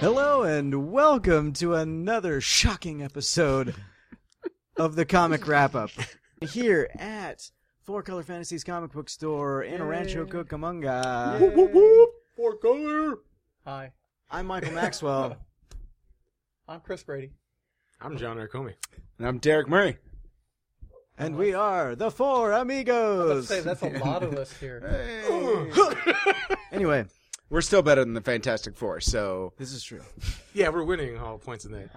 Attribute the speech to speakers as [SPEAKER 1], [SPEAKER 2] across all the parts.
[SPEAKER 1] Hello and welcome to another shocking episode of the Comic Wrap Up here at Four Color Fantasies Comic Book Store in Rancho Cucamonga.
[SPEAKER 2] Woo, woo, woo. Four color.
[SPEAKER 3] Hi,
[SPEAKER 1] I'm Michael Maxwell.
[SPEAKER 3] I'm Chris Brady.
[SPEAKER 2] I'm John Arcomi.
[SPEAKER 4] And I'm Derek Murray.
[SPEAKER 1] And we are the Four
[SPEAKER 3] Let's
[SPEAKER 1] Amigos.
[SPEAKER 3] say that's a lot of us here.
[SPEAKER 1] Anyway,
[SPEAKER 4] We're still better than the Fantastic Four, so
[SPEAKER 1] this is true.
[SPEAKER 2] Yeah, we're winning all points in that.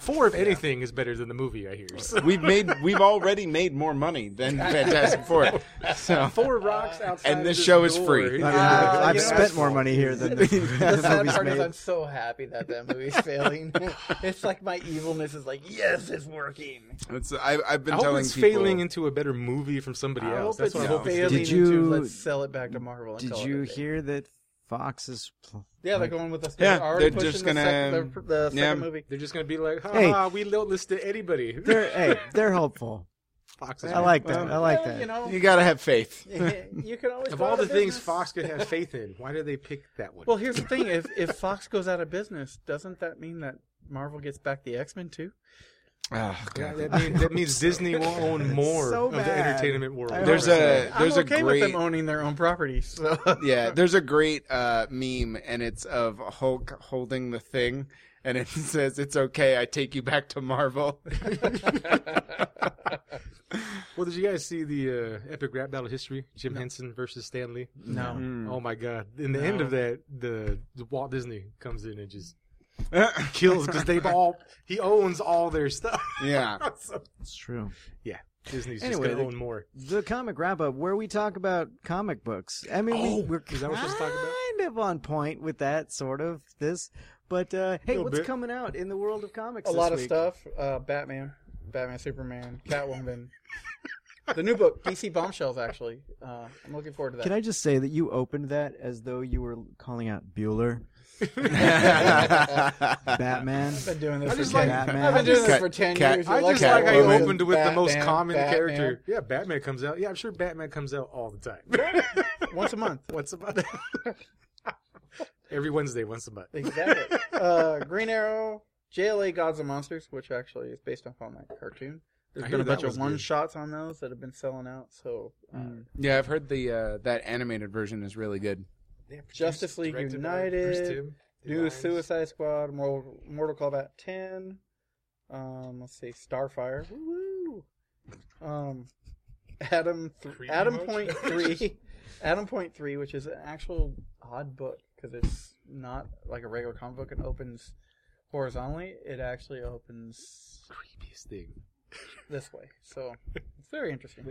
[SPEAKER 2] Four, if anything, is better than the movie. I hear. So.
[SPEAKER 4] we've made we've already made more money than Fantastic Four. So
[SPEAKER 2] Four rocks outside.
[SPEAKER 4] And this
[SPEAKER 2] of
[SPEAKER 4] show is
[SPEAKER 2] door.
[SPEAKER 4] free.
[SPEAKER 1] I mean,
[SPEAKER 2] Yeah.
[SPEAKER 1] I've, I've
[SPEAKER 3] you know,
[SPEAKER 1] spent more money here than the,
[SPEAKER 3] The
[SPEAKER 1] the
[SPEAKER 3] sad
[SPEAKER 1] movie's
[SPEAKER 3] part is
[SPEAKER 1] made.
[SPEAKER 3] I'm so happy that that movie's failing. it's like my evilness is like, yes, it's working.
[SPEAKER 4] it's, I, I've been
[SPEAKER 2] I hope
[SPEAKER 4] telling
[SPEAKER 2] it's
[SPEAKER 4] people.
[SPEAKER 2] failing into a better movie from somebody
[SPEAKER 3] I
[SPEAKER 2] else.
[SPEAKER 3] hope
[SPEAKER 2] That's
[SPEAKER 3] it's
[SPEAKER 2] what I hope it's
[SPEAKER 3] failing
[SPEAKER 2] doing.
[SPEAKER 1] Did you-
[SPEAKER 3] into let's sell it back to Marvel. And
[SPEAKER 1] Did
[SPEAKER 3] call it
[SPEAKER 1] you
[SPEAKER 3] a day.
[SPEAKER 1] hear that Fox is? Pl-
[SPEAKER 3] Yeah, they're going with the.
[SPEAKER 4] Yeah,
[SPEAKER 3] They're already
[SPEAKER 4] they're
[SPEAKER 3] pushing
[SPEAKER 4] just
[SPEAKER 3] the sec-
[SPEAKER 4] gonna-
[SPEAKER 3] the, the second
[SPEAKER 4] yeah.
[SPEAKER 3] movie.
[SPEAKER 2] They're just gonna be like, ha
[SPEAKER 1] Hey.
[SPEAKER 2] ha, we don't listen to anybody.
[SPEAKER 1] they're hey, they're hopeful.
[SPEAKER 2] Fox is
[SPEAKER 1] I like
[SPEAKER 2] right.
[SPEAKER 1] that. I like
[SPEAKER 3] Well, You
[SPEAKER 1] that.
[SPEAKER 3] know,
[SPEAKER 4] You gotta have faith.
[SPEAKER 3] you can always.
[SPEAKER 2] Of
[SPEAKER 3] go
[SPEAKER 2] all
[SPEAKER 3] out
[SPEAKER 2] the things
[SPEAKER 3] business.
[SPEAKER 2] Fox could have faith in, why did they pick that one?
[SPEAKER 3] Well, here's the thing: if if Fox goes out of business, doesn't that mean that Marvel gets back the X Men too?
[SPEAKER 4] Oh,
[SPEAKER 2] Yeah,
[SPEAKER 4] God.
[SPEAKER 2] that, mean, that means Disney will own more
[SPEAKER 1] So
[SPEAKER 2] of the
[SPEAKER 1] bad.
[SPEAKER 2] entertainment world.
[SPEAKER 1] I hope
[SPEAKER 4] There's a there's
[SPEAKER 3] I'm okay
[SPEAKER 4] a great
[SPEAKER 3] with them owning their own properties. So.
[SPEAKER 4] yeah, there's a great uh, meme, and it's of Hulk holding the thing, and it says, "It's okay, I take you back to Marvel."
[SPEAKER 2] Well, did you guys see the uh, epic rap battle history? Jim Henson versus Stan Lee.
[SPEAKER 3] no.
[SPEAKER 4] Mm. Hmm.
[SPEAKER 2] Oh my god! In the end
[SPEAKER 3] No.
[SPEAKER 2] of that, the, the Walt Disney comes in and just kills because they've all he owns all their stuff.
[SPEAKER 4] yeah,
[SPEAKER 2] So,
[SPEAKER 1] It's true.
[SPEAKER 2] yeah, Disney's
[SPEAKER 1] Anyway,
[SPEAKER 2] just gonna
[SPEAKER 1] the-
[SPEAKER 2] own more.
[SPEAKER 1] The comic wrap up, where we talk about comic books. I mean,
[SPEAKER 2] Oh,
[SPEAKER 1] we, we're
[SPEAKER 2] is that what we're supposed to talk about?
[SPEAKER 1] kind of on point with that sort of this. But uh, hey,
[SPEAKER 2] Little
[SPEAKER 1] what's
[SPEAKER 2] bit.
[SPEAKER 1] coming out in the world of comics?
[SPEAKER 3] A
[SPEAKER 1] this
[SPEAKER 3] lot of
[SPEAKER 1] week?
[SPEAKER 3] stuff. Uh, Batman, Batman, Superman, Catwoman. the new book, DC Bombshells, actually. Uh, I'm looking forward to that.
[SPEAKER 1] Can I just say that you opened that as though you were calling out Bueller, Batman?
[SPEAKER 3] have been doing this
[SPEAKER 2] I
[SPEAKER 3] for
[SPEAKER 2] just
[SPEAKER 3] 10
[SPEAKER 2] like-
[SPEAKER 3] I've been doing this
[SPEAKER 4] Cat-
[SPEAKER 3] for 10
[SPEAKER 4] cat-
[SPEAKER 3] years.
[SPEAKER 2] I
[SPEAKER 3] You're
[SPEAKER 2] just
[SPEAKER 4] Batman.
[SPEAKER 2] like I
[SPEAKER 4] Catwoman.
[SPEAKER 2] opened with the most
[SPEAKER 3] Batman,
[SPEAKER 2] common
[SPEAKER 3] Batman.
[SPEAKER 2] character. Yeah, Batman comes out. Yeah, I'm sure Batman comes out all the time.
[SPEAKER 3] Once a month.
[SPEAKER 2] once a month. Every Wednesday, once a month.
[SPEAKER 3] Exactly. Uh, Green Arrow, JLA Gods and Monsters, which actually is based off on that cartoon. There's
[SPEAKER 2] I
[SPEAKER 3] been a
[SPEAKER 2] hear that
[SPEAKER 3] bunch of
[SPEAKER 2] one's good.
[SPEAKER 3] one shots on those that have been selling out. So uh,
[SPEAKER 1] Hmm.
[SPEAKER 4] yeah. I've heard the uh, that animated version is really good.
[SPEAKER 2] Yeah, produced,
[SPEAKER 3] Justice League
[SPEAKER 2] directed by Bruce
[SPEAKER 3] United,
[SPEAKER 2] Timm,
[SPEAKER 3] New
[SPEAKER 2] designs.
[SPEAKER 3] Suicide Squad, Mortal, Mortal Kombat 10. Um, let's see, Starfire. Woo! Um, Adam, th-
[SPEAKER 2] Creepy
[SPEAKER 3] Adam
[SPEAKER 2] much?
[SPEAKER 3] Point Three, Adam Point Three, which is an actual odd book because it's not like a regular comic book. It opens horizontally. It actually opens
[SPEAKER 2] Creepiest thing.
[SPEAKER 3] this way, so it's very interesting.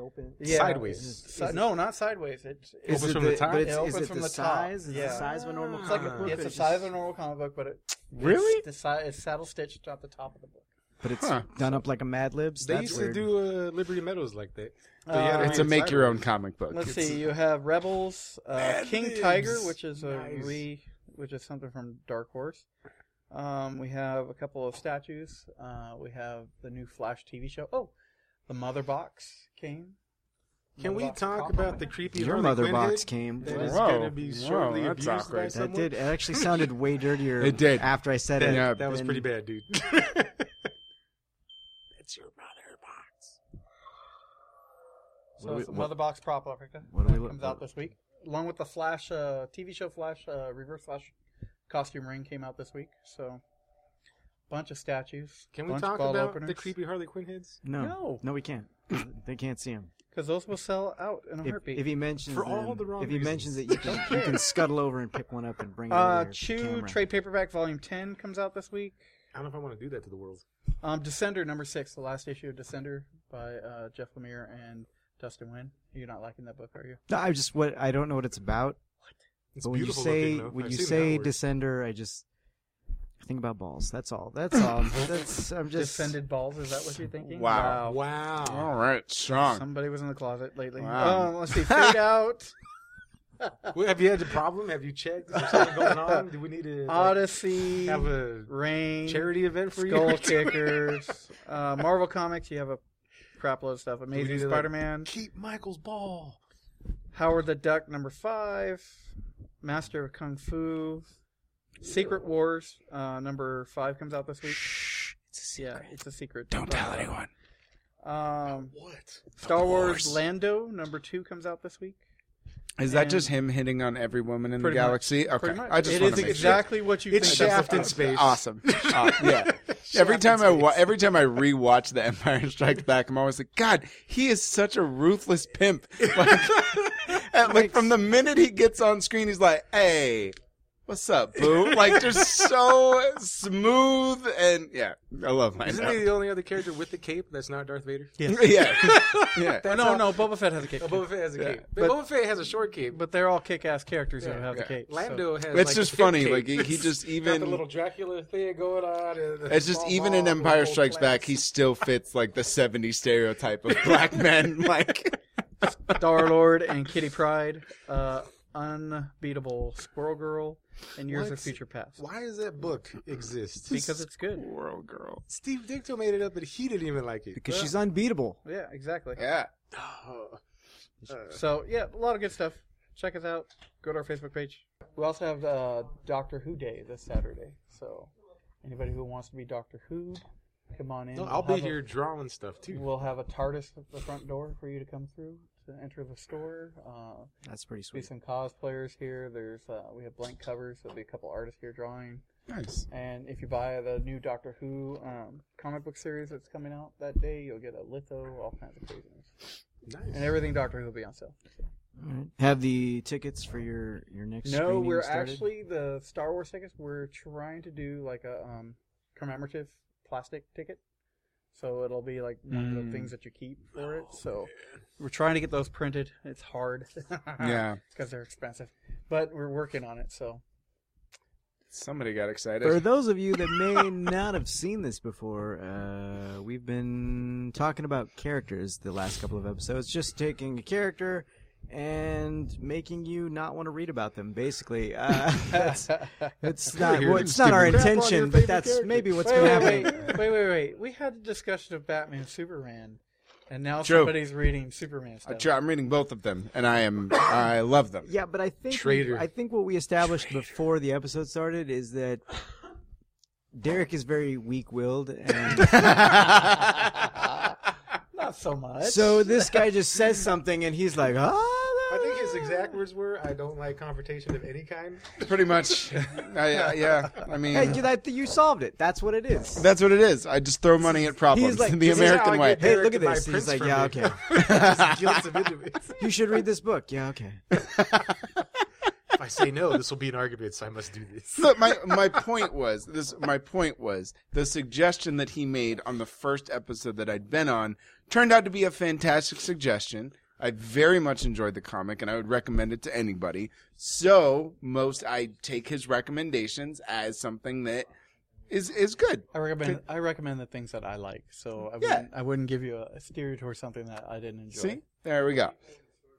[SPEAKER 1] open.
[SPEAKER 3] Yeah.
[SPEAKER 2] Sideways.
[SPEAKER 3] Si- no, not sideways. It, it's
[SPEAKER 2] Opens from the top?
[SPEAKER 1] But it's,
[SPEAKER 3] It
[SPEAKER 1] is
[SPEAKER 3] opens
[SPEAKER 1] it
[SPEAKER 3] from
[SPEAKER 1] the,
[SPEAKER 3] the top.
[SPEAKER 1] size? Is it the
[SPEAKER 3] Yeah.
[SPEAKER 1] size of a normal
[SPEAKER 2] It's
[SPEAKER 3] it's like
[SPEAKER 1] comic
[SPEAKER 3] a,
[SPEAKER 1] book?
[SPEAKER 3] it's
[SPEAKER 1] or
[SPEAKER 3] the
[SPEAKER 1] just-
[SPEAKER 3] size of a normal comic book, but it
[SPEAKER 4] Really?
[SPEAKER 3] it's, the si- it's saddle stitched at the top of the book.
[SPEAKER 1] But it's
[SPEAKER 4] Huh.
[SPEAKER 1] done up like a Mad Libs.
[SPEAKER 2] They
[SPEAKER 1] That's
[SPEAKER 2] used
[SPEAKER 1] weird.
[SPEAKER 2] to do uh, Liberty Meadows like that. They
[SPEAKER 3] Uh,
[SPEAKER 2] had
[SPEAKER 4] It's
[SPEAKER 2] it
[SPEAKER 4] a make your own
[SPEAKER 2] sideways.
[SPEAKER 4] comic book.
[SPEAKER 3] Let's
[SPEAKER 4] It's-
[SPEAKER 3] see. You have Rebels, uh,
[SPEAKER 2] Mad
[SPEAKER 3] King
[SPEAKER 2] Libs.
[SPEAKER 3] Tiger, which is a
[SPEAKER 2] Nice.
[SPEAKER 3] re, which is something from Dark Horse. Um, we have a couple of statues. Uh, we have the new Flash TV show. Oh, the Mother Box came.
[SPEAKER 2] Can
[SPEAKER 3] Mother
[SPEAKER 2] we
[SPEAKER 3] Box
[SPEAKER 2] talk
[SPEAKER 3] comic.
[SPEAKER 2] about the creepy
[SPEAKER 1] Your
[SPEAKER 2] Harley
[SPEAKER 1] mother
[SPEAKER 2] Quinn
[SPEAKER 1] box
[SPEAKER 2] head?
[SPEAKER 1] came.
[SPEAKER 2] That
[SPEAKER 1] Wow.
[SPEAKER 2] is
[SPEAKER 4] Whoa.
[SPEAKER 2] gonna be
[SPEAKER 4] Whoa,
[SPEAKER 2] shortly
[SPEAKER 4] that's
[SPEAKER 2] abused by
[SPEAKER 4] awkward. That
[SPEAKER 1] That
[SPEAKER 2] someone.
[SPEAKER 1] did. It actually sounded way dirtier.
[SPEAKER 4] It did.
[SPEAKER 1] After I said
[SPEAKER 4] Yeah,
[SPEAKER 1] it.
[SPEAKER 2] That was
[SPEAKER 1] than-
[SPEAKER 2] pretty bad, dude. That's your mother box.
[SPEAKER 1] What
[SPEAKER 3] So
[SPEAKER 1] do
[SPEAKER 3] it's
[SPEAKER 1] we-
[SPEAKER 3] the Mother Box prop opera.
[SPEAKER 1] what do we
[SPEAKER 3] that
[SPEAKER 1] look-
[SPEAKER 3] comes out this week, along with the Flash uh, TV show Flash uh, Reverse Flash costume ring came out this week. So, bunch of statues.
[SPEAKER 2] Can we
[SPEAKER 3] bunch of
[SPEAKER 2] talk
[SPEAKER 3] bottle
[SPEAKER 2] about
[SPEAKER 3] openers.
[SPEAKER 2] the creepy Harley Quinn heads?
[SPEAKER 1] No.
[SPEAKER 3] No.
[SPEAKER 1] No, we can't. they can't see him.
[SPEAKER 3] Because those will sell out in a
[SPEAKER 1] If,
[SPEAKER 3] heartbeat.
[SPEAKER 1] if he mentions
[SPEAKER 2] For all
[SPEAKER 1] them-
[SPEAKER 2] the wrong
[SPEAKER 1] if he
[SPEAKER 2] reasons.
[SPEAKER 1] mentions that you can,
[SPEAKER 3] Don't
[SPEAKER 1] you
[SPEAKER 3] care.
[SPEAKER 1] can scuttle over and pick one up and bring it
[SPEAKER 3] uh,
[SPEAKER 1] over to your
[SPEAKER 3] Chew
[SPEAKER 1] camera.
[SPEAKER 3] trade paperback volume ten comes out this week.
[SPEAKER 2] I don't know if I want to do that to the world.
[SPEAKER 3] Um, Descender number six, the last issue of Descender by uh, Jeff Lemire and Dustin Wynn. You're not liking that book, are you?
[SPEAKER 1] No, I just what I don't know what it's about.
[SPEAKER 2] It's
[SPEAKER 1] But when you
[SPEAKER 2] beautiful
[SPEAKER 1] say
[SPEAKER 2] looking, though.
[SPEAKER 1] when
[SPEAKER 2] I've
[SPEAKER 1] you
[SPEAKER 2] seen it
[SPEAKER 1] say
[SPEAKER 2] outward.
[SPEAKER 1] descender, I just I think about balls. That's all. That's all. That's I'm just
[SPEAKER 3] Descended balls. Is that what you're thinking?
[SPEAKER 1] uh,
[SPEAKER 4] Wow.
[SPEAKER 2] wow.
[SPEAKER 4] All right, strong.
[SPEAKER 3] Somebody was in the closet lately. Oh,
[SPEAKER 4] Wow.
[SPEAKER 3] Um, let's see. Fade out.
[SPEAKER 1] oh.
[SPEAKER 2] Well, have you had a problem? Have you checked? Is there something going on? Do we need to like,
[SPEAKER 3] Odyssey,
[SPEAKER 2] have a
[SPEAKER 3] Rain,
[SPEAKER 2] charity event for you?
[SPEAKER 3] Skull Kickers, uh, Marvel Comics. You have a crap load of stuff. Amazing
[SPEAKER 2] need to, like,
[SPEAKER 3] Spider-Man,
[SPEAKER 2] Keep Michael's ball.
[SPEAKER 3] Howard the Duck number five, Master of Kung Fu, Secret Wars uh, number five comes out this week.
[SPEAKER 4] Shh, it's a
[SPEAKER 3] Yeah, it's a secret.
[SPEAKER 4] Don't tell anyone.
[SPEAKER 3] Um,
[SPEAKER 2] What?
[SPEAKER 3] Star Wars
[SPEAKER 4] Wars.
[SPEAKER 3] Lando number two comes out this week.
[SPEAKER 4] Is that
[SPEAKER 3] And-
[SPEAKER 4] just him hitting on every woman in the
[SPEAKER 3] Pretty much.
[SPEAKER 4] galaxy? Okay,
[SPEAKER 3] Pretty much.
[SPEAKER 4] I just
[SPEAKER 3] it
[SPEAKER 4] want
[SPEAKER 3] is
[SPEAKER 4] to make
[SPEAKER 3] exactly what you
[SPEAKER 2] It's
[SPEAKER 3] think.
[SPEAKER 2] Shaft in
[SPEAKER 3] about.
[SPEAKER 2] space.
[SPEAKER 4] Awesome. Uh, yeah. every time I wa- every time I rewatch The Empire Strikes Back, I'm always like, God, he is such a ruthless pimp. Like, and, like from the minute he gets on screen, he's like, Hey, what's up, boo? Like just so smooth and yeah, I love my
[SPEAKER 2] Isn't he the only other character with the cape that's not Darth Vader?
[SPEAKER 4] yeah, yeah.
[SPEAKER 3] Oh, no, no, Boba Fett has a cape.
[SPEAKER 2] Oh, Boba Fett has a
[SPEAKER 4] Yeah,
[SPEAKER 2] cape.
[SPEAKER 3] but-
[SPEAKER 2] But, Boba Fett has a short cape.
[SPEAKER 3] But they're all kick-ass characters that have
[SPEAKER 4] yeah.
[SPEAKER 3] the cape. so-
[SPEAKER 2] Lando has.
[SPEAKER 4] It's
[SPEAKER 2] like,
[SPEAKER 4] just
[SPEAKER 2] a
[SPEAKER 4] funny,
[SPEAKER 2] cape.
[SPEAKER 4] like, he- he just
[SPEAKER 2] Got the
[SPEAKER 4] even-
[SPEAKER 2] little Dracula thing going on. and the
[SPEAKER 4] It's just
[SPEAKER 2] small
[SPEAKER 4] even in
[SPEAKER 2] ball,
[SPEAKER 4] Empire
[SPEAKER 2] little
[SPEAKER 4] Strikes Back,
[SPEAKER 2] planets.
[SPEAKER 4] he still fits like the 70s stereotype of black men. Like,
[SPEAKER 3] Star Lord and Kitty Pride, uh, unbeatable Squirrel Girl, and Years of
[SPEAKER 2] What?
[SPEAKER 3] Future Past.
[SPEAKER 2] Why does that book exist?
[SPEAKER 3] Because it's good.
[SPEAKER 4] world girl.
[SPEAKER 2] Steve Ditko made it up, but he didn't even like it.
[SPEAKER 1] because she's unbeatable.
[SPEAKER 3] Yeah, exactly.
[SPEAKER 4] Yeah.
[SPEAKER 2] Oh. Uh,
[SPEAKER 3] So yeah, a lot of good stuff. Check us out. Go to our Facebook page. We also have uh, Doctor Who Day this Saturday. So anybody who wants to be Doctor Who, come on in.
[SPEAKER 2] no, I'll
[SPEAKER 3] We'll
[SPEAKER 2] be
[SPEAKER 3] have a-
[SPEAKER 2] here drawing stuff too.
[SPEAKER 3] we'll have a TARDIS at the front door for you to come through to enter the store. Uh,
[SPEAKER 1] That's pretty
[SPEAKER 3] be
[SPEAKER 1] sweet.
[SPEAKER 3] some cosplayers here. There's uh, we have blank covers. There'll be a couple artists here drawing.
[SPEAKER 4] Nice.
[SPEAKER 3] And if you buy the new Doctor Who um, comic book series that's coming out that day, you'll get a litho, all kinds of craziness,
[SPEAKER 2] Nice.
[SPEAKER 3] and everything Doctor Who will be on sale.
[SPEAKER 1] Alright. Have the tickets for your your next?
[SPEAKER 3] No,
[SPEAKER 1] screening
[SPEAKER 3] we're
[SPEAKER 1] started?
[SPEAKER 3] actually the Star Wars tickets. We're trying to do like a um, commemorative plastic ticket, so it'll be like one of
[SPEAKER 4] Mm.
[SPEAKER 3] the things that you keep for it. So Hmm. Oh, we're trying to get those printed. It's hard.
[SPEAKER 4] Yeah.
[SPEAKER 3] because they're expensive, but we're working on it. So
[SPEAKER 4] Somebody got excited.
[SPEAKER 1] For those of you that may not have seen this before, uh, we've been talking about characters the last couple of episodes, just taking a character and making you not want to read about them. Basically, uh, that's, it's not
[SPEAKER 4] here
[SPEAKER 1] well,
[SPEAKER 4] to
[SPEAKER 1] it's not our
[SPEAKER 4] steal crap
[SPEAKER 2] on your
[SPEAKER 1] intention, but
[SPEAKER 2] favorite
[SPEAKER 1] that's
[SPEAKER 2] character.
[SPEAKER 1] maybe what's
[SPEAKER 3] wait,
[SPEAKER 1] going to
[SPEAKER 3] wait,
[SPEAKER 1] happen.
[SPEAKER 3] wait, wait, wait, wait, We had a discussion of Batman, Superman, and now
[SPEAKER 4] True.
[SPEAKER 3] somebody's reading Superman
[SPEAKER 4] I
[SPEAKER 3] stuff.
[SPEAKER 4] try, Uh, I'm reading both of them, and I am I love them.
[SPEAKER 1] Yeah, but I think
[SPEAKER 2] Traitor.
[SPEAKER 1] I think what we established before the episode started is that Derek is very weak-willed, and
[SPEAKER 3] Not so much.
[SPEAKER 1] so this guy just says something, and he's like, "Oh,
[SPEAKER 2] I think his exact words were, "I don't like confrontation of any kind."
[SPEAKER 4] Pretty much. I, I- yeah. I mean,
[SPEAKER 1] Hey, you, that, you solved it. That's what it is."
[SPEAKER 4] that's what it is. I just throw money at problems
[SPEAKER 1] He's like-
[SPEAKER 4] the
[SPEAKER 1] this is
[SPEAKER 4] "Oh, American
[SPEAKER 2] how I
[SPEAKER 4] way.
[SPEAKER 2] get
[SPEAKER 1] Hey, look
[SPEAKER 2] Derek
[SPEAKER 1] at
[SPEAKER 2] to buy
[SPEAKER 1] this. He's
[SPEAKER 2] prints
[SPEAKER 1] like,
[SPEAKER 2] for
[SPEAKER 1] yeah,
[SPEAKER 2] me.
[SPEAKER 1] okay.
[SPEAKER 2] Just guilt him into it.
[SPEAKER 1] You should read this book. Yeah, okay.
[SPEAKER 2] If I say no, this will be an argument, so I must do this.
[SPEAKER 4] Look, my my point was this. My point was the suggestion that he made on the first episode that I'd been on turned out to be a fantastic suggestion. I very much enjoyed the comic, and I would recommend it to anybody. So most I take his recommendations as something that is is good.
[SPEAKER 3] I recommend I recommend the things that I like. So I
[SPEAKER 4] Yeah.
[SPEAKER 3] wouldn't I wouldn't give you a, a steer towards something that I didn't enjoy.
[SPEAKER 4] See, there we go.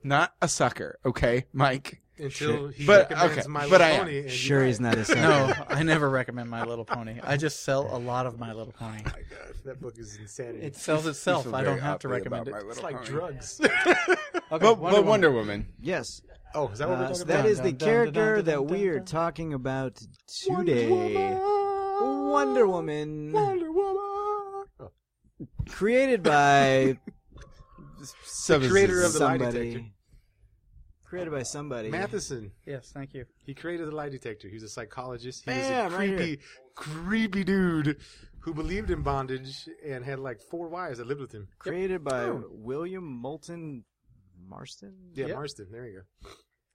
[SPEAKER 4] Not a sucker, okay, Mike.
[SPEAKER 2] Until he
[SPEAKER 4] But,
[SPEAKER 2] recommends
[SPEAKER 4] okay,
[SPEAKER 2] My
[SPEAKER 4] but I
[SPEAKER 2] Little
[SPEAKER 4] am.
[SPEAKER 2] Pony and you
[SPEAKER 1] Sure,
[SPEAKER 2] buy
[SPEAKER 1] he's
[SPEAKER 2] it.
[SPEAKER 1] not a son.
[SPEAKER 3] No, I never recommend My Little Pony. I just sell a lot of My Little Pony.
[SPEAKER 2] Oh my God, that book is insanity.
[SPEAKER 3] It sells itself. I don't have to recommend it.
[SPEAKER 2] it's like
[SPEAKER 4] drugs.
[SPEAKER 2] drugs.
[SPEAKER 3] Okay,
[SPEAKER 4] But Wonder, but Wonder Woman.
[SPEAKER 1] Yes.
[SPEAKER 2] oh, is that what we're
[SPEAKER 1] Uh,
[SPEAKER 2] talking
[SPEAKER 1] so
[SPEAKER 2] about?
[SPEAKER 1] that is the
[SPEAKER 3] Dun, dun, dun,
[SPEAKER 1] character
[SPEAKER 3] dun,
[SPEAKER 1] that
[SPEAKER 3] dun,
[SPEAKER 1] we are
[SPEAKER 3] dun.
[SPEAKER 1] talking about today. Wonder Woman.
[SPEAKER 2] Wonder Woman. Oh,
[SPEAKER 1] Created by
[SPEAKER 4] Sub-
[SPEAKER 2] creator of the lie detector.
[SPEAKER 1] somebody. Created by somebody.
[SPEAKER 2] Matheson.
[SPEAKER 3] Yes, thank you.
[SPEAKER 2] He created the lie detector. He was a psychologist. He
[SPEAKER 1] Bam,
[SPEAKER 2] was a
[SPEAKER 1] right
[SPEAKER 2] creepy, creepy dude who believed in bondage and had like four wives that lived with him.
[SPEAKER 1] Created by
[SPEAKER 2] Oh.
[SPEAKER 1] William Moulton Marston?
[SPEAKER 2] Yeah,
[SPEAKER 3] Yep.
[SPEAKER 2] Marston. There you go.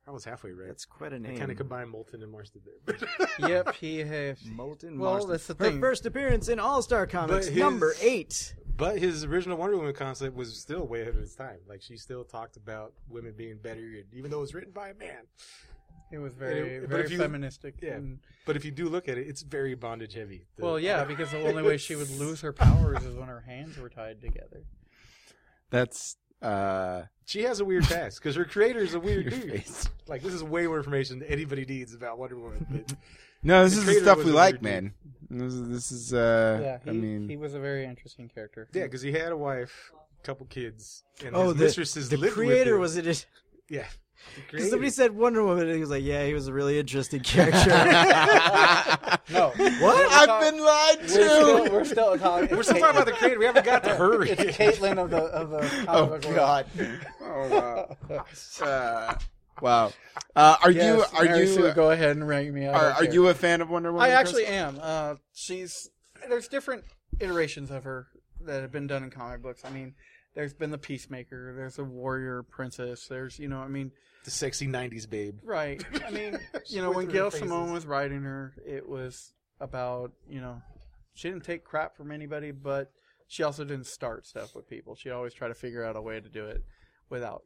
[SPEAKER 2] I was halfway right.
[SPEAKER 1] That's quite a
[SPEAKER 2] I
[SPEAKER 1] name.
[SPEAKER 2] kind of combined Moulton and Marston there.
[SPEAKER 3] Yep, he has.
[SPEAKER 1] Moulton
[SPEAKER 3] Well,
[SPEAKER 1] Marston.
[SPEAKER 3] that's the
[SPEAKER 1] Her
[SPEAKER 3] thing.
[SPEAKER 1] first appearance in All Star Comics,
[SPEAKER 2] his-
[SPEAKER 1] number eight.
[SPEAKER 2] But his original Wonder Woman concept was still way ahead of its time. Like she still talked about women being better, and even though it was written by a man.
[SPEAKER 3] It was very
[SPEAKER 2] It- but
[SPEAKER 3] very
[SPEAKER 2] if you-
[SPEAKER 3] feministic.
[SPEAKER 2] yeah.
[SPEAKER 3] and-
[SPEAKER 2] But if you do look at it, it's very bondage heavy. The-
[SPEAKER 3] well, yeah, because the only way she would lose her powers is when her hands were tied together.
[SPEAKER 4] That's Uh,
[SPEAKER 2] She has a weird past because her creator is a weird
[SPEAKER 4] your
[SPEAKER 2] dude.
[SPEAKER 4] face.
[SPEAKER 2] Like this is way more information than anybody needs about Wonder Woman. But
[SPEAKER 4] No, this
[SPEAKER 2] The
[SPEAKER 4] is the
[SPEAKER 2] trailer
[SPEAKER 4] stuff
[SPEAKER 2] was
[SPEAKER 4] we
[SPEAKER 2] a
[SPEAKER 4] like,
[SPEAKER 2] weird
[SPEAKER 4] man. This is, this is uh,
[SPEAKER 3] Yeah, he,
[SPEAKER 4] I mean,
[SPEAKER 3] he was a very interesting character.
[SPEAKER 2] yeah, because he had a wife, a couple kids, and
[SPEAKER 1] Oh,
[SPEAKER 2] his
[SPEAKER 1] the-
[SPEAKER 2] mistresses
[SPEAKER 1] The
[SPEAKER 2] lived with
[SPEAKER 1] creator
[SPEAKER 2] him.
[SPEAKER 1] was it. Because
[SPEAKER 2] yeah. The
[SPEAKER 1] somebody
[SPEAKER 2] creator.
[SPEAKER 1] said Wonder Woman, and he was like, "Yeah, he was a really interesting character."
[SPEAKER 3] No,
[SPEAKER 1] what?
[SPEAKER 4] I've been lied
[SPEAKER 3] we're still,
[SPEAKER 4] to.
[SPEAKER 3] we're still talking.
[SPEAKER 2] We're still talking about the creator. We haven't got to her
[SPEAKER 3] It's
[SPEAKER 2] yet.
[SPEAKER 3] Caitlyn of the of the comic
[SPEAKER 4] Oh
[SPEAKER 3] book world.
[SPEAKER 4] God. Oh wow. Uh, wow. Uh, are you
[SPEAKER 3] Yes,
[SPEAKER 4] are
[SPEAKER 3] Mary
[SPEAKER 4] you
[SPEAKER 3] Sue, go ahead and rank me? I
[SPEAKER 4] are,
[SPEAKER 3] don't
[SPEAKER 4] are
[SPEAKER 3] care.
[SPEAKER 4] you a fan of Wonder Woman?
[SPEAKER 3] I actually
[SPEAKER 4] Chris?
[SPEAKER 3] am. Uh, she's there's different iterations of her that have been done in comic books. I mean, there's been the peacemaker, there's a warrior princess, there's you know, I mean,
[SPEAKER 2] the sexy '90s babe.
[SPEAKER 3] right. I mean, you know,
[SPEAKER 2] With
[SPEAKER 3] when
[SPEAKER 2] her
[SPEAKER 3] Gail
[SPEAKER 2] faces.
[SPEAKER 3] Simone was writing her, it was about you know, she didn't take crap from anybody, but she also didn't start stuff with people. She always tried to figure out a way to do it without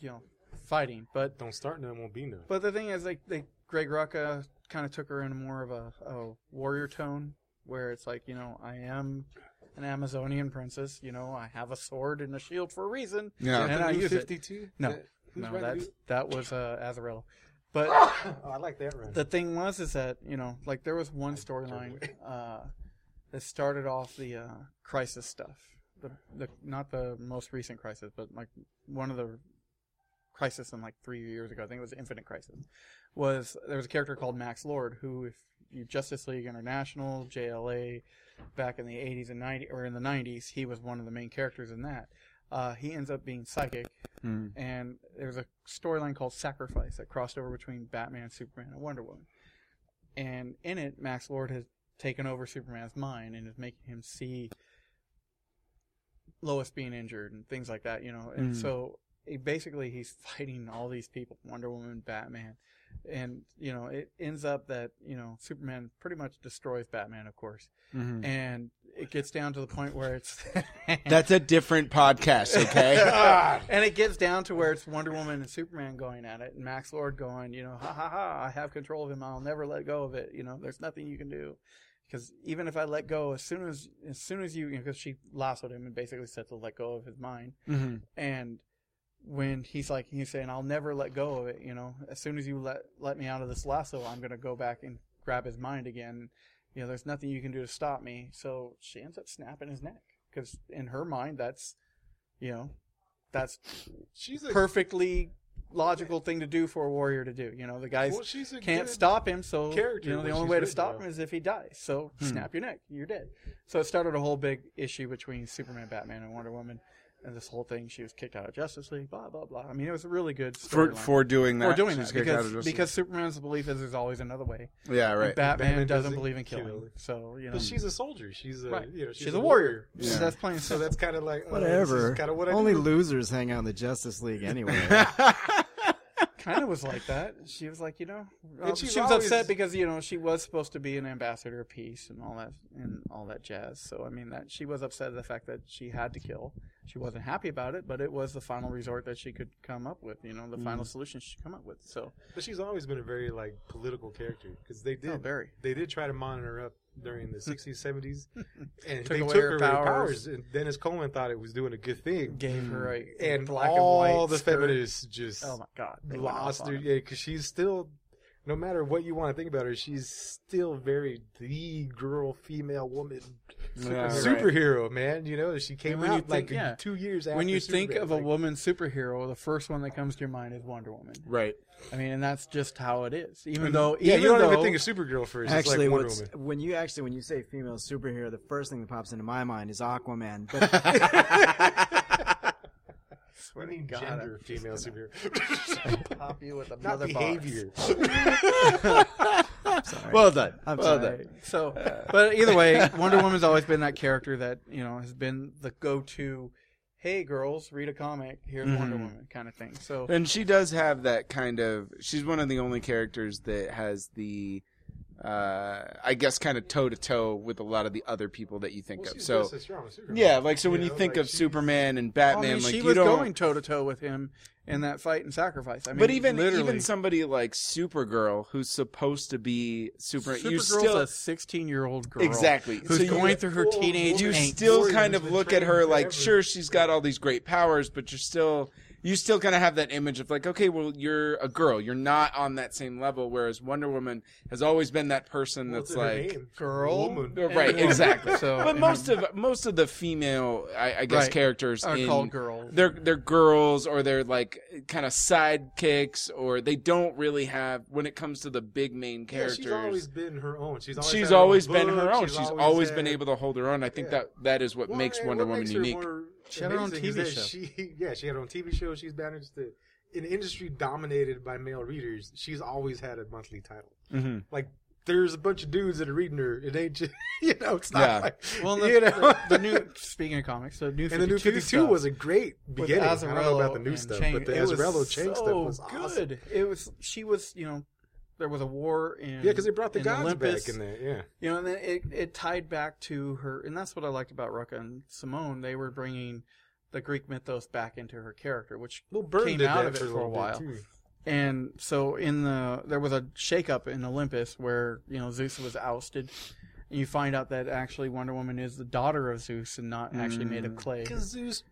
[SPEAKER 3] you know fighting, but
[SPEAKER 2] Don't start none, won't be none.
[SPEAKER 3] but the thing is, like, they Greg Rucka kind of took her in more of a, a warrior tone, where it's like, you know, I am an Amazonian princess. You know, I have a sword and a shield for a reason.
[SPEAKER 4] Yeah.
[SPEAKER 3] and I use it.
[SPEAKER 2] 52?
[SPEAKER 3] No,
[SPEAKER 2] That- who's
[SPEAKER 3] no,
[SPEAKER 2] writing
[SPEAKER 3] that's
[SPEAKER 2] it?
[SPEAKER 3] that was uh, Azarello. But
[SPEAKER 2] Oh, I like that run.
[SPEAKER 3] the thing was, is that you know, like, there was one storyline uh, that started off the uh, crisis stuff. The, the not the most recent crisis, but like one of the crisis in like three years ago. I think it was Infinite Crisis. Was there was a character called Max Lord who, if you Justice League International, JLA, back in the 80s and 90s or in the 90s, he was one of the main characters in that. Uh, he ends up being psychic,
[SPEAKER 2] Mm-hmm.
[SPEAKER 4] Hmm.
[SPEAKER 3] and there was a storyline called Sacrifice that crossed over between Batman, Superman, and Wonder Woman. And in it, Max Lord has taken over Superman's mind and is making him see Lois being injured and things like that, you know. And
[SPEAKER 4] Mm.
[SPEAKER 3] so it, basically, he's fighting all these people Wonder Woman, Batman. And, you know, it ends up that, you know, Superman pretty much destroys Batman, of course.
[SPEAKER 2] Mm-hmm.
[SPEAKER 4] Mhm.
[SPEAKER 3] And it gets down to the point where it's.
[SPEAKER 4] That's a different podcast, okay?
[SPEAKER 2] Ah,
[SPEAKER 3] and it gets down to where it's Wonder Woman and Superman going at it, and Max Lord going, you know, ha ha ha, I have control of him. I'll never let go of it. You know, there's nothing you can do. Because even if I let go, as soon as as soon as you, because she lassoed him and basically said to let go of his mind,
[SPEAKER 2] Mm-hmm.
[SPEAKER 4] Mhm.
[SPEAKER 3] and when he's like he's saying, I'll never let go of it. You know, as soon as you let let me out of this lasso, I'm gonna go back and grab his mind again. You know, there's nothing you can do to stop me. So she ends up snapping his neck because in her mind, that's you know, that's
[SPEAKER 2] she's a
[SPEAKER 3] perfectly logical thing to do for a warrior to do. You know, the guys
[SPEAKER 2] well, she's a
[SPEAKER 3] can't
[SPEAKER 2] good-
[SPEAKER 3] stop him, so
[SPEAKER 2] character
[SPEAKER 3] you know the
[SPEAKER 2] when
[SPEAKER 3] only
[SPEAKER 2] she's
[SPEAKER 3] way to
[SPEAKER 2] written
[SPEAKER 3] stop
[SPEAKER 2] well.
[SPEAKER 3] him is if he dies. So
[SPEAKER 4] Hmm.
[SPEAKER 3] snap your neck, you're dead. So it started a whole big issue between Superman, Batman, and Wonder Woman, and this whole thing. She was kicked out of Justice League, blah blah blah. I mean, it was a really good
[SPEAKER 4] For
[SPEAKER 3] storyline
[SPEAKER 4] for doing that.
[SPEAKER 3] for doing
[SPEAKER 4] She
[SPEAKER 3] that
[SPEAKER 4] was kicked out of
[SPEAKER 3] because,
[SPEAKER 4] Justice-
[SPEAKER 3] because Superman's belief is there's always another way.
[SPEAKER 4] yeah,
[SPEAKER 3] And
[SPEAKER 4] right.
[SPEAKER 3] Batman,
[SPEAKER 2] Batman
[SPEAKER 3] doesn't
[SPEAKER 2] doesn't
[SPEAKER 3] believe in
[SPEAKER 2] kill.
[SPEAKER 3] killing, so you know
[SPEAKER 2] But she's a soldier. She's a
[SPEAKER 3] Right.
[SPEAKER 2] you know,
[SPEAKER 3] she's, a warrior.
[SPEAKER 4] Yeah.
[SPEAKER 3] So that's plain. and
[SPEAKER 2] So
[SPEAKER 3] simple.
[SPEAKER 2] that's kind of like uh,
[SPEAKER 1] Whatever.
[SPEAKER 2] Kind of what I
[SPEAKER 1] Only
[SPEAKER 2] do.
[SPEAKER 1] losers hang out in the Justice League anyway.
[SPEAKER 3] kind of was like that. She was like, you know,
[SPEAKER 2] And
[SPEAKER 3] um, she
[SPEAKER 2] she's
[SPEAKER 3] was
[SPEAKER 2] always-
[SPEAKER 3] upset because you know she was supposed to be an ambassador of peace and all that and all that jazz. So I mean that she was upset at the fact that she had to kill. She wasn't happy about it, but it was the final resort that she could come up with. You know, the final solution she could come up with. So
[SPEAKER 2] But she's always been a very like political character because they did
[SPEAKER 3] no, Barry.
[SPEAKER 2] they did try to monitor up during the 60s, 70s, and
[SPEAKER 3] Hmm. Took
[SPEAKER 2] they
[SPEAKER 3] away
[SPEAKER 2] took
[SPEAKER 3] her
[SPEAKER 2] her
[SPEAKER 3] powers.
[SPEAKER 2] powers. And Dennis Cohen thought it was doing a good thing,
[SPEAKER 3] Gave her a
[SPEAKER 2] and
[SPEAKER 3] black
[SPEAKER 2] all
[SPEAKER 3] Mm. and white
[SPEAKER 2] the
[SPEAKER 3] skirt.
[SPEAKER 2] feminists just
[SPEAKER 3] Oh my god, they went
[SPEAKER 2] lost
[SPEAKER 3] off
[SPEAKER 2] her
[SPEAKER 3] on it.
[SPEAKER 2] yeah because she's still no matter what you want to think about her she's still very the girl female woman
[SPEAKER 4] Yeah, right.
[SPEAKER 2] superhero man you know she came
[SPEAKER 3] And when you
[SPEAKER 2] out like
[SPEAKER 3] think- yeah.
[SPEAKER 2] two years after
[SPEAKER 3] When you think
[SPEAKER 2] Superman,
[SPEAKER 3] of a
[SPEAKER 2] like,
[SPEAKER 3] woman superhero, the first one that comes to your mind is Wonder Woman.
[SPEAKER 4] Right.
[SPEAKER 3] I mean, and that's just how it is. Even though,
[SPEAKER 2] yeah
[SPEAKER 3] even
[SPEAKER 2] you don't
[SPEAKER 3] though,
[SPEAKER 2] even think of supergirl first
[SPEAKER 1] actually,
[SPEAKER 2] it's like Wonder
[SPEAKER 1] what's,
[SPEAKER 2] Woman.
[SPEAKER 1] when you actually when you say female superhero, the first thing that pops into my mind is Aquaman. But
[SPEAKER 2] I mean
[SPEAKER 3] God,
[SPEAKER 2] gender
[SPEAKER 3] I'm just
[SPEAKER 2] female
[SPEAKER 3] gonna-
[SPEAKER 2] superhero
[SPEAKER 3] pop you with
[SPEAKER 2] not
[SPEAKER 3] another
[SPEAKER 2] behavior
[SPEAKER 4] Well done.
[SPEAKER 1] I'm sorry.
[SPEAKER 4] well done.
[SPEAKER 3] box. So, but either way, Wonder Woman's always been that character that you know has been the go-to. Hey, girls, read a comic. Here's Wonder
[SPEAKER 4] Mhm.
[SPEAKER 3] Woman, kind of thing. So,
[SPEAKER 4] And she does have that kind of. She's one of the only characters that has the uh, I guess, kind of toe to toe with a lot of the other people that you think
[SPEAKER 2] Well,
[SPEAKER 4] of.
[SPEAKER 2] she's
[SPEAKER 4] So
[SPEAKER 2] best sister, I'm a Superman.
[SPEAKER 4] yeah, like so when
[SPEAKER 2] You
[SPEAKER 4] you,
[SPEAKER 2] know,
[SPEAKER 4] think
[SPEAKER 2] like,
[SPEAKER 4] of
[SPEAKER 2] she's-
[SPEAKER 4] Superman and
[SPEAKER 3] I
[SPEAKER 4] Batman,
[SPEAKER 3] mean,
[SPEAKER 4] like
[SPEAKER 3] she
[SPEAKER 4] you
[SPEAKER 3] was
[SPEAKER 4] don't.
[SPEAKER 3] going toe to toe with him in that fight and sacrifice. I mean,
[SPEAKER 4] but even
[SPEAKER 3] literally,
[SPEAKER 4] even somebody like Supergirl, who's supposed to be super, you
[SPEAKER 3] Supergirl's
[SPEAKER 4] still
[SPEAKER 3] a 16 year old girl
[SPEAKER 4] exactly
[SPEAKER 3] who's
[SPEAKER 4] so you-
[SPEAKER 3] going through her
[SPEAKER 2] Well,
[SPEAKER 3] teenage.
[SPEAKER 4] you
[SPEAKER 2] Well,
[SPEAKER 3] angst.
[SPEAKER 4] still
[SPEAKER 2] Warrior's
[SPEAKER 4] kind of
[SPEAKER 2] been
[SPEAKER 4] look at
[SPEAKER 2] training
[SPEAKER 4] her like
[SPEAKER 2] forever.
[SPEAKER 4] sure she's got all these great powers but you're still you still kind of have that image of like okay well you're a girl you're not on that same level whereas wonder woman has always been that person
[SPEAKER 2] Well,
[SPEAKER 4] that's
[SPEAKER 2] in her
[SPEAKER 4] like
[SPEAKER 2] name.
[SPEAKER 3] girl,
[SPEAKER 2] Woman.
[SPEAKER 4] Oh, right,
[SPEAKER 3] and-
[SPEAKER 4] exactly.
[SPEAKER 3] So,
[SPEAKER 4] but most of most of the female i, I guess
[SPEAKER 3] Right.
[SPEAKER 4] characters
[SPEAKER 3] are
[SPEAKER 4] in-
[SPEAKER 3] called girls.
[SPEAKER 4] they're they're girls or they're like kind of sidekicks or they don't really have when it comes to the big main
[SPEAKER 2] Yeah,
[SPEAKER 4] characters
[SPEAKER 2] she's always been her own. She's always,
[SPEAKER 4] she's
[SPEAKER 2] had her
[SPEAKER 4] always
[SPEAKER 2] own
[SPEAKER 4] been
[SPEAKER 2] book.
[SPEAKER 4] her own. She's, always, been
[SPEAKER 2] had-
[SPEAKER 4] able to hold her own. I think
[SPEAKER 2] Yeah.
[SPEAKER 4] that that is what
[SPEAKER 2] Well,
[SPEAKER 4] makes
[SPEAKER 2] and
[SPEAKER 4] Wonder
[SPEAKER 2] what
[SPEAKER 4] woman
[SPEAKER 2] makes her
[SPEAKER 4] unique.
[SPEAKER 2] more
[SPEAKER 3] She had her own
[SPEAKER 2] amazing is
[SPEAKER 3] TV
[SPEAKER 2] that
[SPEAKER 3] show.
[SPEAKER 2] She, yeah, she had her own TV show. She's managed to, in an industry dominated by male readers, she's always had a monthly title.
[SPEAKER 4] Mhm.
[SPEAKER 2] Like, there's a bunch of dudes that are reading her. It ain't, just, you know, it's not
[SPEAKER 4] Yeah.
[SPEAKER 2] like, well,
[SPEAKER 3] well, the,
[SPEAKER 2] you know,
[SPEAKER 3] the, the new speaking of comics, the new
[SPEAKER 2] and the new 52
[SPEAKER 3] stuff
[SPEAKER 2] was a great
[SPEAKER 3] with
[SPEAKER 2] beginning. I don't know about the new
[SPEAKER 3] and
[SPEAKER 2] stuff,
[SPEAKER 3] Chang-
[SPEAKER 2] but the
[SPEAKER 3] it was
[SPEAKER 2] Azarello Chang stuff
[SPEAKER 3] so
[SPEAKER 2] was awesome.
[SPEAKER 3] good. It was she was you know there was a war in
[SPEAKER 2] Yeah, because they brought the
[SPEAKER 3] in
[SPEAKER 2] gods
[SPEAKER 3] Olympus,
[SPEAKER 2] back in there. Yeah,
[SPEAKER 3] you know, and then it it tied back to her, and that's what I liked about Rucka and Simone. They were bringing the Greek mythos back into her character, which
[SPEAKER 2] well, Byrne
[SPEAKER 3] Came
[SPEAKER 2] did
[SPEAKER 3] out
[SPEAKER 2] that
[SPEAKER 3] of it
[SPEAKER 2] for
[SPEAKER 3] for a
[SPEAKER 2] little bit,
[SPEAKER 3] while.
[SPEAKER 2] too.
[SPEAKER 3] and so in the there was a shakeup in Olympus where you know Zeus was ousted. And you find out that actually Wonder Woman is the daughter of Zeus and not actually made
[SPEAKER 2] Mm.
[SPEAKER 3] of clay.
[SPEAKER 2] Zeus,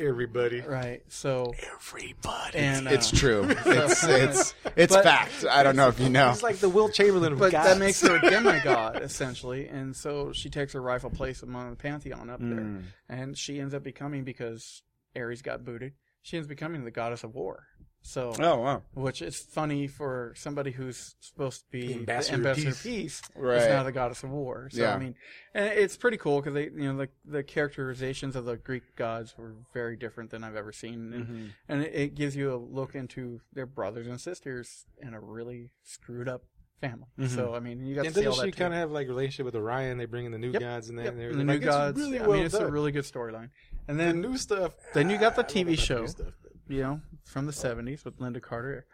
[SPEAKER 2] everybody.
[SPEAKER 3] Right. So
[SPEAKER 2] Everybody.
[SPEAKER 3] and
[SPEAKER 4] It's
[SPEAKER 3] uh,
[SPEAKER 4] true. It's it's it's
[SPEAKER 3] But-
[SPEAKER 4] fact. I don't know if you know.
[SPEAKER 2] He's like the Will Chamberlain of
[SPEAKER 3] But
[SPEAKER 2] gods.
[SPEAKER 3] that makes her a demigod, essentially, and so she takes her rightful place among the pantheon up there,
[SPEAKER 4] Mm.
[SPEAKER 3] and she ends up becoming because Ares got booted. She ends up becoming the goddess of war. So,
[SPEAKER 4] Oh wow!
[SPEAKER 3] which is funny for somebody who's supposed to be
[SPEAKER 2] The ambassador of
[SPEAKER 3] the ambassador
[SPEAKER 2] peace.
[SPEAKER 3] of peace. It's now
[SPEAKER 4] Right.
[SPEAKER 3] the goddess of war. So
[SPEAKER 4] Yeah.
[SPEAKER 3] I mean, and it's pretty cool because they, you know, the the characterizations of the Greek gods were very different than I've ever seen, and
[SPEAKER 4] Mhm.
[SPEAKER 3] and it, it gives you a look into their brothers and sisters in a really screwed up family.
[SPEAKER 4] Mhm.
[SPEAKER 3] So I mean, you got
[SPEAKER 2] Mm-hmm. And
[SPEAKER 3] to see
[SPEAKER 2] doesn't
[SPEAKER 3] all that.
[SPEAKER 2] she
[SPEAKER 3] too.
[SPEAKER 2] kind of have like relationship with Orion? They bring in the new
[SPEAKER 3] Yep.
[SPEAKER 2] gods and that.
[SPEAKER 3] Yep.
[SPEAKER 2] And
[SPEAKER 3] And the
[SPEAKER 2] everything.
[SPEAKER 3] new
[SPEAKER 2] like,
[SPEAKER 3] gods.
[SPEAKER 2] It's really
[SPEAKER 3] I
[SPEAKER 2] well
[SPEAKER 3] mean, it's
[SPEAKER 2] done.
[SPEAKER 3] a really good storyline. And
[SPEAKER 2] the
[SPEAKER 3] then
[SPEAKER 2] new stuff.
[SPEAKER 3] then you got the
[SPEAKER 2] I don't
[SPEAKER 3] TV
[SPEAKER 2] know about
[SPEAKER 3] show.
[SPEAKER 2] new stuff, but-
[SPEAKER 3] you know from the '70s with Linda Carter.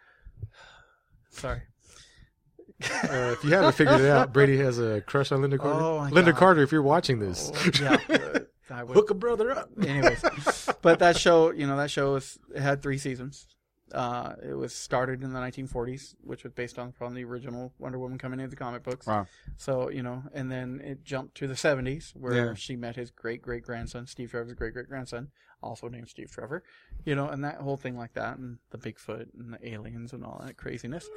[SPEAKER 3] Sorry.
[SPEAKER 2] Uh, if you haven't figured it out, Brady has a crush on Linda Carter.
[SPEAKER 3] Oh, my
[SPEAKER 2] Linda
[SPEAKER 3] God.
[SPEAKER 2] Carter, if you're watching this,
[SPEAKER 3] yeah. uh, I would.
[SPEAKER 2] hook a brother up.
[SPEAKER 3] Anyways, but that show, you know, that show was, it had three seasons. Uh, it was started in the 1940s, which was based on from the original Wonder Woman coming into the comic books.
[SPEAKER 4] Wow.
[SPEAKER 3] So you know, and then it jumped to the 70s where
[SPEAKER 4] Yeah.
[SPEAKER 3] she met his great great grandson, Steve Trevor's great great grandson, also named Steve Trevor. You know, and that whole thing like that, and the Bigfoot and the aliens and all that craziness.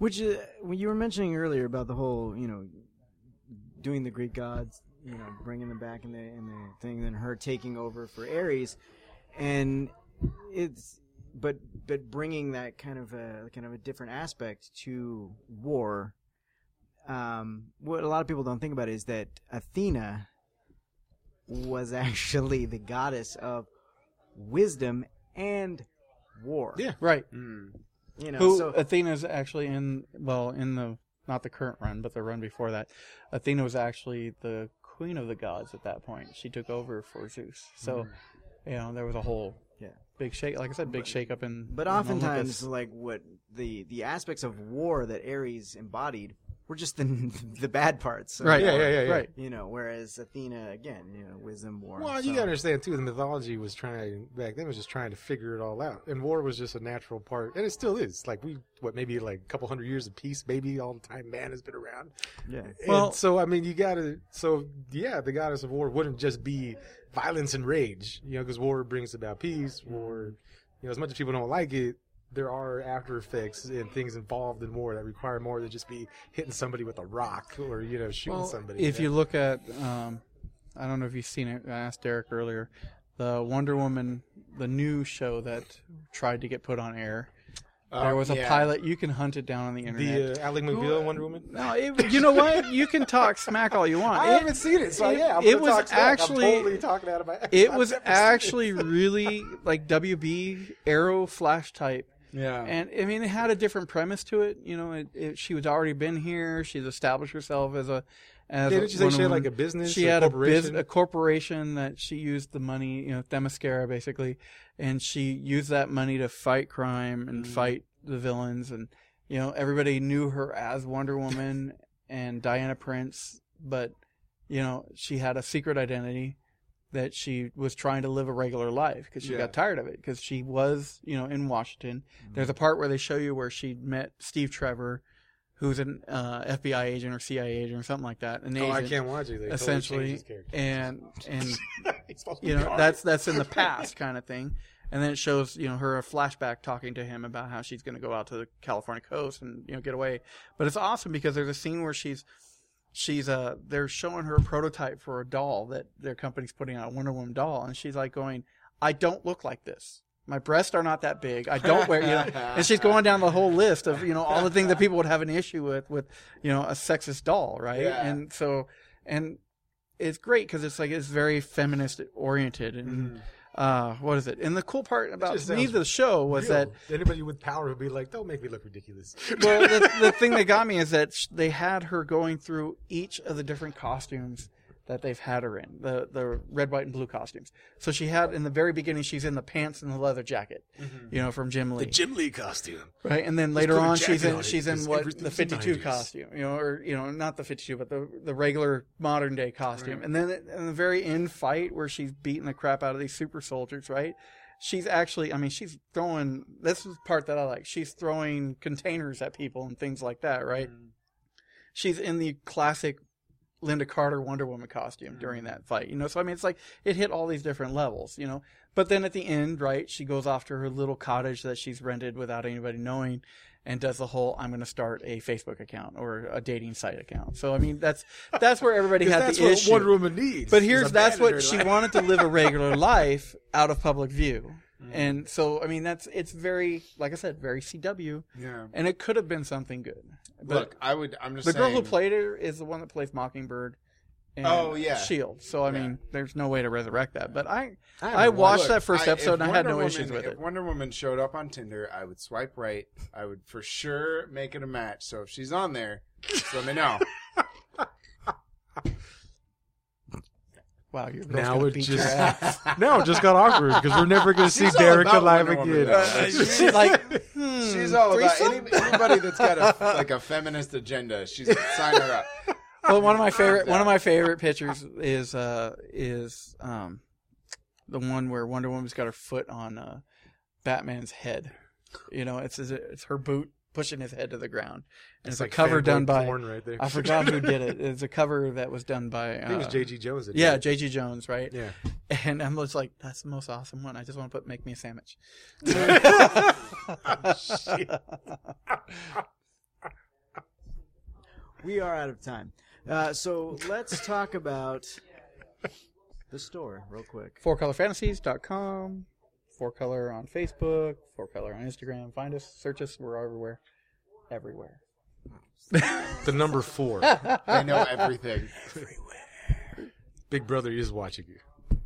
[SPEAKER 1] Which uh, when you were mentioning earlier about the whole, you know, doing the Greek gods, you know, bringing them back in the in the thing, then her taking over for Ares, and it's but but bringing that kind of a kind of a different aspect to war. Um, what a lot of people don't think about is that Athena was actually the goddess of wisdom and war.
[SPEAKER 2] Yeah.
[SPEAKER 3] Right.
[SPEAKER 1] You know,
[SPEAKER 3] Who
[SPEAKER 1] so
[SPEAKER 3] Athena's actually in? Well, in the not the current run, but the run before that, Athena was actually the queen of the gods at that point. She took over for Zeus, so you know there was a whole
[SPEAKER 1] Mm-hmm. Yeah.
[SPEAKER 3] big shake. Like I said, big shake up in.
[SPEAKER 1] But
[SPEAKER 3] in
[SPEAKER 1] oftentimes,
[SPEAKER 3] Olympus.
[SPEAKER 1] like what the the aspects of war that Ares embodied were just the the bad parts, of
[SPEAKER 3] Right.
[SPEAKER 1] war,
[SPEAKER 2] Yeah, yeah, yeah, yeah.
[SPEAKER 3] right.
[SPEAKER 1] You know, whereas Athena, again, you know, wisdom, war.
[SPEAKER 2] Well, you
[SPEAKER 1] so-
[SPEAKER 2] gotta understand too. The mythology was trying back then was just trying to figure it all out, and war was just a natural part, and it still is. Like we, what maybe like a couple hundred years of peace, maybe all the time man has been around.
[SPEAKER 1] yeah,
[SPEAKER 3] Well-
[SPEAKER 2] and so I mean, you gotta. So yeah, the goddess of war wouldn't just be violence and rage, you know, because war brings about peace.
[SPEAKER 3] Mm-hmm.
[SPEAKER 2] War, you know, as much as people don't like it, there are after effects and things involved in war that require more than just be hitting somebody with a rock or you know shooting
[SPEAKER 3] Well,
[SPEAKER 2] somebody.
[SPEAKER 3] If you look at, um, I don't know if you've seen it. I asked Derek earlier. The Wonder Woman, the new show that tried to get put on air. there was a pilot. You can hunt it down on the
[SPEAKER 2] Oh,
[SPEAKER 3] internet.
[SPEAKER 2] Um, the uh, Alec McBeal and Wonder Woman.
[SPEAKER 3] No, it, you know what? You can talk smack all you want.
[SPEAKER 2] I
[SPEAKER 3] It-
[SPEAKER 2] haven't seen it, so
[SPEAKER 3] it-
[SPEAKER 2] yeah, I'm
[SPEAKER 3] it
[SPEAKER 2] gonna
[SPEAKER 3] was
[SPEAKER 2] talk smack.
[SPEAKER 3] actually-
[SPEAKER 2] I'm totally talking out of my.
[SPEAKER 3] it
[SPEAKER 2] I've
[SPEAKER 3] was
[SPEAKER 2] never seen it.
[SPEAKER 3] actually really like WB Arrow Flash type,
[SPEAKER 4] Yeah.
[SPEAKER 3] and I mean it had a different premise to it. You know, it, it, she was already been here. She's established herself as a. As
[SPEAKER 2] Yeah,
[SPEAKER 3] a
[SPEAKER 2] didn't you say she had,
[SPEAKER 3] woman.
[SPEAKER 2] like, a business
[SPEAKER 3] She
[SPEAKER 2] or a
[SPEAKER 3] had
[SPEAKER 2] corporation?
[SPEAKER 3] A, a corporation that she used the money, you know, Themyscira basically, and she used that money to fight
[SPEAKER 2] Mm-hmm.
[SPEAKER 3] crime and fight the villains, and you know everybody knew her as Wonder Woman, and Diana Prince, but you know she had a secret identity that she was trying to live a regular life because she
[SPEAKER 4] Yeah.
[SPEAKER 3] got tired of it because she was you know in Washington.
[SPEAKER 2] Mm-hmm.
[SPEAKER 3] There's a part where they show you where she met Steve Trevor, who's an uh, FBI agent or CIA agent or something like that. An
[SPEAKER 2] Oh, I
[SPEAKER 3] agent.
[SPEAKER 2] can't watch it. They totally
[SPEAKER 3] essentially,
[SPEAKER 2] changed his character.
[SPEAKER 3] and and
[SPEAKER 2] He's supposed to
[SPEAKER 3] you
[SPEAKER 2] be
[SPEAKER 3] know
[SPEAKER 2] hard.
[SPEAKER 3] that's that's in the past kind of thing and then it shows you know her a flashback talking to him about how she's going to go out to the california coast and you know get away but it's awesome because there's a scene where she's she's uh they're showing her a prototype for a doll that their company's putting out a wonder woman doll and she's like going i don't look like this my breasts are not that big. I don't wear, you know, and she's going down the whole list of, you know, all the things that people would have an issue with, with, you know, a sexist doll, right?
[SPEAKER 4] Yeah.
[SPEAKER 3] And so, and it's great because it's like it's very feminist oriented and uh, what is it? And the cool part about
[SPEAKER 2] Mm-hmm. just
[SPEAKER 3] me
[SPEAKER 2] sounds
[SPEAKER 3] the show was
[SPEAKER 2] Real.
[SPEAKER 3] that
[SPEAKER 2] anybody with power would be like, "Don't make me look ridiculous."
[SPEAKER 3] well the, the thing that got me is that sh- they had her going through each of the different costumes that they've had her in the the red white and blue costumes. So she had in the very beginning she's in the pants and the leather jacket,
[SPEAKER 2] Mm-hmm.
[SPEAKER 3] you know from Jim Lee.
[SPEAKER 2] Jim Lee costume.
[SPEAKER 3] Right, and then later
[SPEAKER 2] put a
[SPEAKER 3] on, she's
[SPEAKER 2] jacket
[SPEAKER 3] in
[SPEAKER 2] on it,
[SPEAKER 3] she's in
[SPEAKER 2] 'cause
[SPEAKER 3] what the
[SPEAKER 2] everything's
[SPEAKER 3] '52
[SPEAKER 2] 90s.
[SPEAKER 3] costume, you know, or you know, not the '52, but the the regular modern day costume. And then at- in the very end fight where she's beating the crap out of these super soldiers, right? She's actually, I mean, she's throwing. This is the part that I like. She's throwing containers at people and things like that, right? She's in the classic Linda Carter Wonder Woman costume during that fight, you know. So I mean, it's like it hit all these different levels, you know. But then at the end, right, she goes off to her little cottage that she's rented without anybody knowing and does the whole I'm going to start a Facebook account or a dating site account. So I mean, that's that's where everybody had
[SPEAKER 2] That's
[SPEAKER 3] the
[SPEAKER 2] what
[SPEAKER 3] issue.
[SPEAKER 2] Wonder Woman needs.
[SPEAKER 3] but
[SPEAKER 2] is
[SPEAKER 3] here's
[SPEAKER 2] a
[SPEAKER 3] that's
[SPEAKER 2] man in her
[SPEAKER 3] what she
[SPEAKER 2] life.
[SPEAKER 3] wanted to live a regular life out of public view.
[SPEAKER 2] Mm-hmm.
[SPEAKER 3] And so I mean, that's it's very like I said, very CW
[SPEAKER 4] Yeah.
[SPEAKER 3] and it could have been something good. But
[SPEAKER 4] Look, I would. I'm just
[SPEAKER 3] the girl
[SPEAKER 4] saying,
[SPEAKER 3] who played her is the one that plays Mockingbird. And
[SPEAKER 4] Oh, yeah.
[SPEAKER 3] Shield. So I mean, there's no way to resurrect that. But I,
[SPEAKER 2] I
[SPEAKER 3] I, watched
[SPEAKER 4] Look,
[SPEAKER 3] that first
[SPEAKER 4] I-
[SPEAKER 3] episode
[SPEAKER 4] if
[SPEAKER 3] and I had
[SPEAKER 4] Wonder
[SPEAKER 3] no
[SPEAKER 4] Woman-
[SPEAKER 3] issues with
[SPEAKER 4] if
[SPEAKER 3] it.
[SPEAKER 4] Wonder Woman showed up on Tinder, I would swipe right. I would for sure make it a match. So if she's on there, just let me know.
[SPEAKER 3] Wow, you're
[SPEAKER 2] Now
[SPEAKER 3] gonna
[SPEAKER 2] it
[SPEAKER 3] beat your
[SPEAKER 2] just-
[SPEAKER 3] ass.
[SPEAKER 2] No, it just got awkward because we're never going to see
[SPEAKER 4] She's all
[SPEAKER 2] Derek
[SPEAKER 4] about
[SPEAKER 2] alive
[SPEAKER 4] Wonder Woman,
[SPEAKER 2] again.
[SPEAKER 4] though.
[SPEAKER 3] She's like, hmm,
[SPEAKER 4] She's all about
[SPEAKER 3] threesome?
[SPEAKER 4] any, anybody that's got a like a feminist agenda. She's sign her up.
[SPEAKER 3] Well, one of my favorite one of my favorite pictures is uh is um the one where Wonder Woman's got her foot on uh Batman's head. You know, it's it's her boot pushing his head to the ground. And it's, a cover
[SPEAKER 2] fanboy
[SPEAKER 3] done by
[SPEAKER 2] porn right there.
[SPEAKER 3] I forgot who did it. It's a cover that was done by
[SPEAKER 2] I think it
[SPEAKER 3] uh,
[SPEAKER 2] was J.G. Jones. that did
[SPEAKER 3] Yeah,
[SPEAKER 2] it.
[SPEAKER 3] J.G. Jones, right?
[SPEAKER 2] yeah.
[SPEAKER 3] And I'm just like, that's the most awesome one. I just want to put make me a sandwich. Oh,
[SPEAKER 1] We are out of time. Uh, so let's talk about the store real quick.
[SPEAKER 3] fourcolorfantasies.com, four color on Facebook, four color on Instagram. Find us, search us. We're everywhere, everywhere.
[SPEAKER 2] The number four.
[SPEAKER 4] They know everything.
[SPEAKER 2] Big Brother is watching you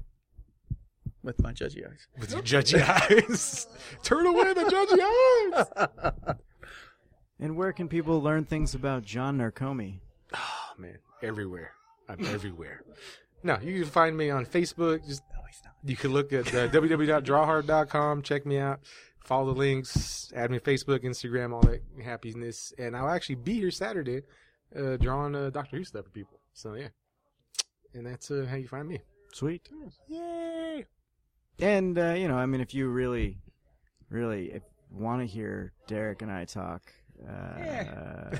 [SPEAKER 3] With my judgy eyes.
[SPEAKER 2] with your judgy eyes. Turn away the judgy eyes.
[SPEAKER 1] And where can people learn things about John Narcomi?
[SPEAKER 2] Oh, man, everywhere. I'm everywhere. No, you can find me on Facebook. Just
[SPEAKER 3] No, he's not.
[SPEAKER 2] you can look at uh, www.drawhard.com. Check me out. Follow the links. Add me Facebook, Instagram, all that happiness. And I'll actually be here Saturday, uh, drawing uh, Doctor Who stuff for people. So yeah, and that's uh, how you find me.
[SPEAKER 1] Sweet.
[SPEAKER 2] Yay!
[SPEAKER 1] And uh, you know, I mean, if you really, really if want to hear Derek and I talk, uh,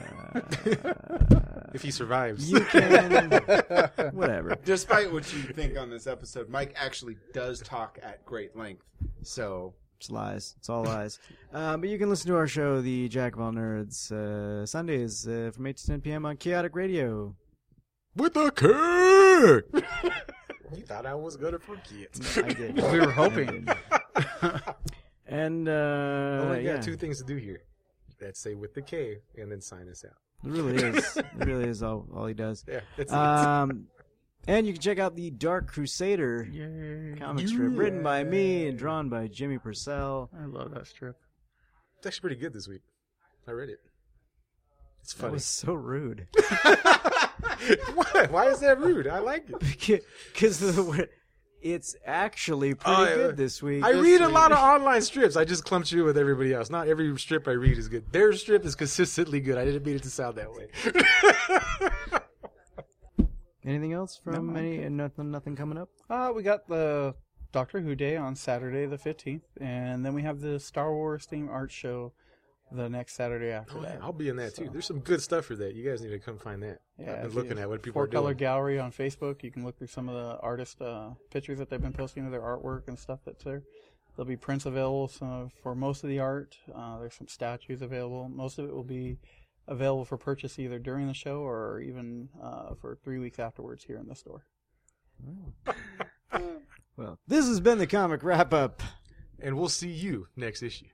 [SPEAKER 2] If he survives,
[SPEAKER 1] you can. whatever.
[SPEAKER 4] Despite what you think on this episode, Mike actually does talk at great length. So
[SPEAKER 1] It's lies. It's all lies. uh, but you can listen to our show, The Jack of All Nerds, uh, Sundays uh, from 8 to 10 p.m. on Chaotic Radio.
[SPEAKER 2] with a K. you thought I was gonna forget?
[SPEAKER 1] I did.
[SPEAKER 3] We were hoping. Oh
[SPEAKER 1] And uh,
[SPEAKER 2] Only
[SPEAKER 1] yeah,
[SPEAKER 2] got Oh two things to do here. That's say with the K and then sign us out.
[SPEAKER 1] it really is. It really is all, all he does.
[SPEAKER 2] Yeah, that's
[SPEAKER 3] Uh,
[SPEAKER 1] Um, and you can check out the Dark Crusader
[SPEAKER 3] Yay.
[SPEAKER 1] comic strip written by me and drawn by Jimmy Purcell.
[SPEAKER 3] I love that strip.
[SPEAKER 2] It's actually pretty good this week. I read it. It's
[SPEAKER 1] That
[SPEAKER 2] funny.
[SPEAKER 1] was so rude.
[SPEAKER 2] Why? Why is that rude? I like it.
[SPEAKER 1] Because of the way- it's actually pretty
[SPEAKER 2] Oh, yeah.
[SPEAKER 1] good this week.
[SPEAKER 2] I read a lot of online strips. I just clumped you with everybody else. Not every strip I read is good. Their strip is consistently good. I didn't mean it to sound that way.
[SPEAKER 1] Anything else from any? uh, Nothing, nothing coming up.
[SPEAKER 3] Uh, we got the Doctor Who Day on Saturday the 15th, and then we have the Star Wars theme art show the next Saturday after
[SPEAKER 2] Oh, yeah,
[SPEAKER 3] that.
[SPEAKER 2] I'll be in that too.
[SPEAKER 3] So-
[SPEAKER 2] There's some good stuff for that. You guys need to come find that. I've been
[SPEAKER 3] if
[SPEAKER 2] looking
[SPEAKER 3] you-
[SPEAKER 2] at what people
[SPEAKER 3] Four
[SPEAKER 2] are doing.
[SPEAKER 3] Color Gallery on Facebook. You can look through some of the artist uh, pictures that they've been posting of their artwork and stuff that's there. There'll be prints available some of, for most of the art. Uh, there's some statues available. Most of it will be available for purchase either during the show or even uh, for three weeks afterwards here in the store.
[SPEAKER 1] Well, this has been the comic wrap up.
[SPEAKER 2] And we'll see you next issue.